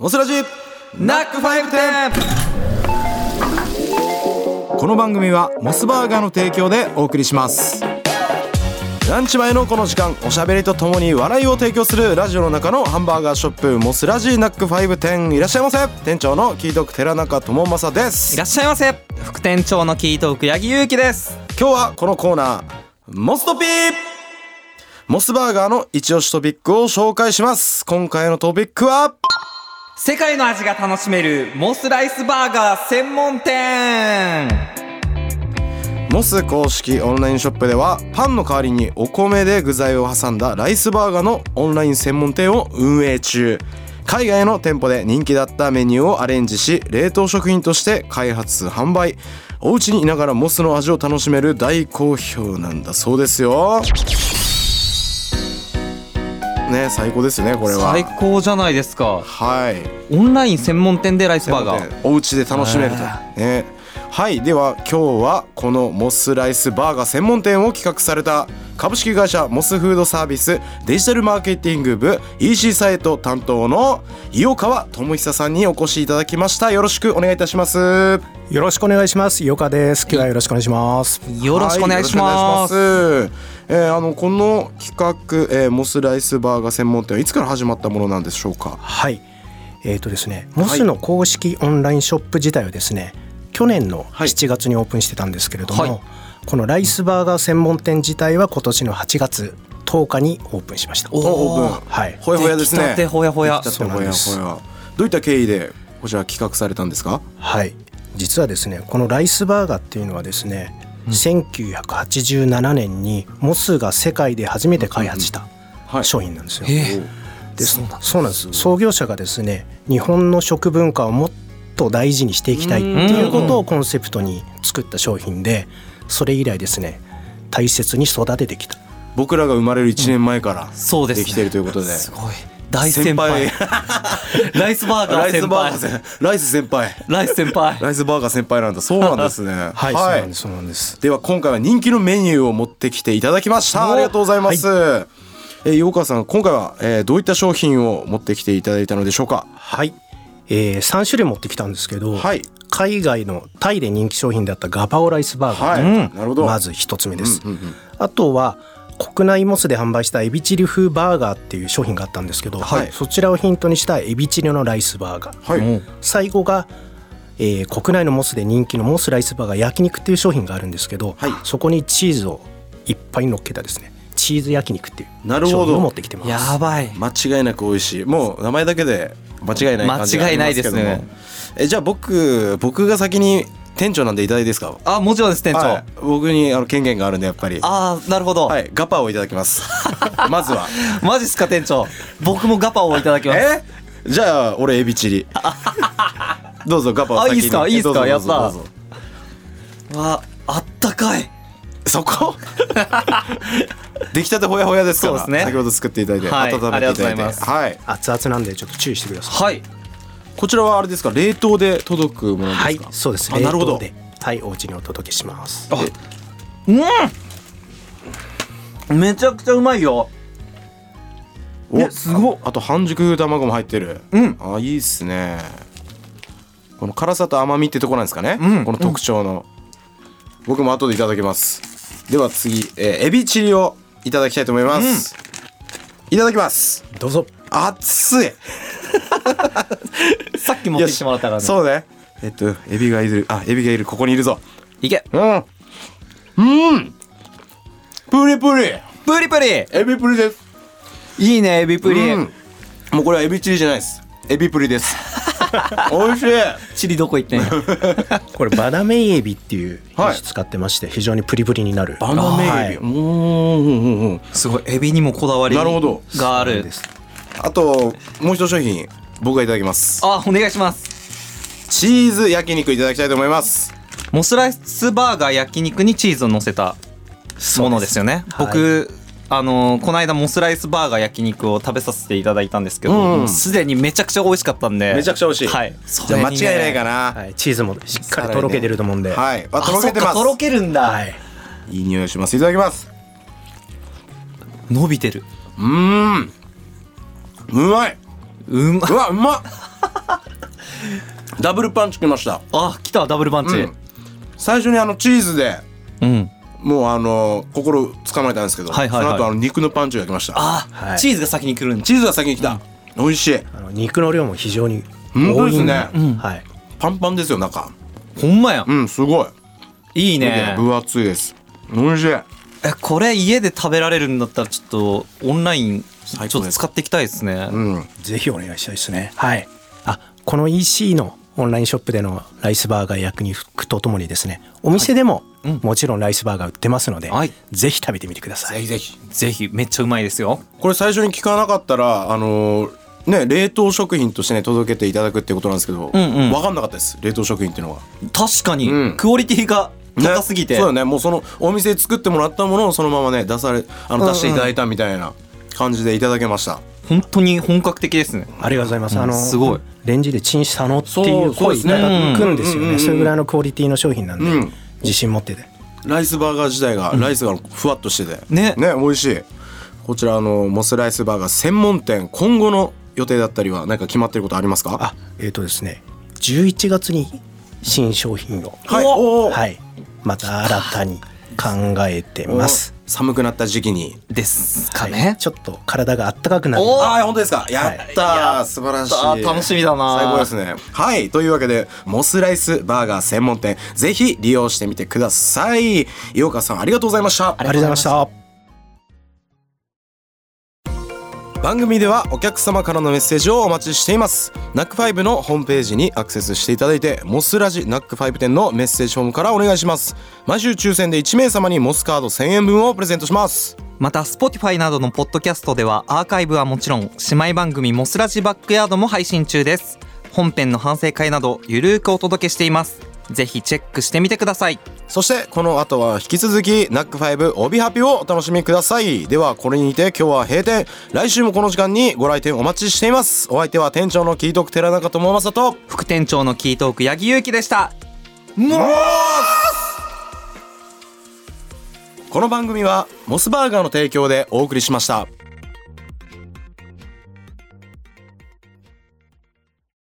オスラジナックファイブテンこの番組はモスバーガーの提供でお送りしますランチ前のこの時間おしゃべりとともに笑いを提供するラジオの中のハンバーガーショップモスラジナックファイブテンいらっしゃいませ店長のキートク寺中智正でいすらっしゃいませ副店長のキートーク八木勇樹です今日はこのコーナーモストピーモスバーガーの一押しトピックを紹介します今回のトピックは世界の味が楽しめるモスライスバーガー専門店モス公式オンラインショップではパンの代わりにお米で具材を挟んだライスバーガーのオンライン専門店を運営中海外の店舗で人気だったメニューをアレンジし冷凍食品として開発販売お家にいながらモスの味を楽しめる大好評なんだそうですよね最高ですねこれは最高じゃないですかはいオンライン専門店でライスバーガーお家で楽しめると、ね、はいでは今日はこのモスライスバーガー専門店を企画された株式会社モスフードサービスデジタルマーケティング部 EC サイト担当の伊岡川智久さんにお越しいただきましたよろしくお願いいたしますよろしくお願いします。よかです。今日はよろしくお願いします。よろしくお願いします,、はいよろしくお願いしますえーあのこの企画、えーモスライスバーガー専門店はいつから始まったものなんでしょうかはい。えっ、とですね、モスの公式オンラインショップ自体はですね、去年のはい7月にオープンしてたんですけれども、はいこのライスバーガー専門店自体は今年の8月10日にオープンしました。おーオープンはい。ほやほやです出来たねてほやほや出来たてそうなんほやですほやどういった経緯でこちら企画されたんですかはい。実はですね、このライスバーガーっていうのはですね、1987年にモスが世界で初めて開発したはい商品なんですよ。えーですそうなんですそうなんです創業者がですね日本の食文化をもっと大事にしていきたいっていうことをコンセプトに作った商品でそれ以来ですね大切に育ててきた僕らが生まれる1年前からそうです、ね、できてるということで、すごい大先輩ライスバーガラーイス先バーガー輩先ライス先輩ライス先輩ライスバーガー先輩なんだそうなんですねはい、そうなんですそうなんですでは今回は人気のメニューを持ってきていただきましたおありがとうございます、えー、洋川さん今回は、えーどういった商品を持ってきていただいたのでしょうかはい、えー、3種類持ってきたんですけど、はい海外のタイで人気商品だったガパオライスバーガはー、いうんなるほどまず一つ目です、あとは国内モスで販売したエビチリ風バーガーっていう商品があったんですけど、はいそちらをヒントにしたエビチリのライスバーガー、はい、うん最後が、えー国内のモスで人気のモスライスバーガー焼肉っていう商品があるんですけど、はいそこにチーズをいっぱい乗っけたですねチーズ焼肉っていうなるほど商品を持ってきてますやばい間違いなく美味しいもう名前だけで間違いない感じがありますけども間違いないでえじゃあ僕僕が先に店長なんでいただいていいですかあもちろんです店長、はい、僕にあの権限があるんでやっぱりああなるほど、はい、ガパオをいただき ます。まずは。マジっすか店長僕もガパオをいただきますえじゃあ、俺エビチリ。どうぞガパオ先に。あいいっすかいいっどすかうぞどうぞやったどうぞわあったかいそこ出来たてほやほやですから。そうですね先ほど作っていただいて、は温めいていたあだりがとうございいて。ますはい。熱々なんでちょっと注意してくださいはいこちらはあれですか、冷凍で届くものですか。はいそうですあなるほど冷凍ではいお家にお届けしますうんめちゃくちゃうまいよおねすごっああと半熟卵も入ってる。うんあ、いいっすね。この辛さと甘みってとこなんですかね。うんこの特徴の。僕も後でいただきます。では次、えーエビチリをいただきたいと思います。いただきます。どうぞ熱い。さっき持ってきてもらったからねそうね。えっと、エビがいる。あ、エビがいる。ここにいるぞ。いけうん。うん。プリプリ。プリプリエビプリです。いいねエビプリ、うんもうこれはエビチリじゃないです。エビプリ です。美味しい。チリどこ行 ってんやこれバナメイエビっていう品はい種使ってまして非常にプリプリになるバナメイエビ。はういん。すごいエビにもこだわりなるほどがあるですあともう一商品僕がいただきます。あお願いしますチーズ焼肉いただきたいと思います。モスライスバーガー焼肉にチーズを乗せたものですよねはい僕、あのーこの間モスライスバーガー焼肉を食べさせていただいたんですけど、うんうんもうすでにめちゃくちゃ美味しかったんでめちゃくちゃ美味しいはいじゃあ間違いないかな。はいチーズもしっかりとろけてると思うんでいはい。ああとろけてそまっかすと。ろけるんだ、はいいい匂いします。いただきます。伸びてるうーん。うまい。うん うわうまっ。ダブルパンチきましたあ来たダブルパンチうん最初にあのチーズでうんもうあの心つかまれたんですけど、はいはいはいその後あの肉のパンチが来ましたあはいチーズが先に来るんだチーズが先に来た、美味しいあの肉の量も非常に本多当でいすんね、はいパンパンですよ中ほんまやうんすごいいいね分厚いです美味しいえこれ家で食べられるんだったらちょっとオンラインちょ最っ高とです使っていきたいですねうんぜひお願いしたいですねはいあこの EC のオンラインショップでのライスバーガー焼肉とともにですねお店でもうんもちろんライスバーガー売ってますので、はいぜひ食べてみてください、ひぜひぜひめっちゃうまいですよこれ最初に聞かなかったらあのーね、冷凍食品としてね届けていただくってことなんですけど、んうん分かんなかったです冷凍食品っていうのは、確かにうんクオリティがね高すぎてそうだねもうそのお店で作ってもらったものをそのままね出されあの出していただいたみたいな感じでいただけました、本当に本格的ですねありがとうございます、あのすごいレンジでチンしたのっていそううそうで声すいねただくんですようんうんうんうんねそれぐらいのクオリティの商品なんで、うん自信持っててライスバーガー自体が、ライスがふわっとしててねね美味しいこちらあのモスライスバーガー専門店今後の予定だったりは何か決まってることありますかあえっ、とですね11月に新商品をはいおーはい、また新たに考えてます寒くなった時期にですかはい、ねちょっと体があったかくなるおああ本当ですかやったー、素晴らしあいー楽しみだな最高ですねはいというわけでモスライスバーガー専門店ぜひ利用してみてください井岡さんありがとうございましたありがとうございました番組ではお客様からのメッセージをお待ちしていますナックファイブのホームページにアクセスしていただいてモスラジナックファイブ店のメッセージフォームからお願いします毎週抽選で1名様にモスカード1000円分をプレゼントしますまた Spotify などのポッドキャストではアーカイブはもちろん姉妹番組「モスラジバックヤード」も配信中です本編の反省会などゆるーくお届けしていますぜひチェックしてみてくださいそしてこの後は引き続きナックファイブ帯ハピをお楽しみくださいではこれにて今日は閉店来週もこの時間にご来店お待ちしていますお相手は店長のキートク寺中智正と副店長のキートーク八木勇樹でしたこの番組はモスバーガーの提供でお送りしました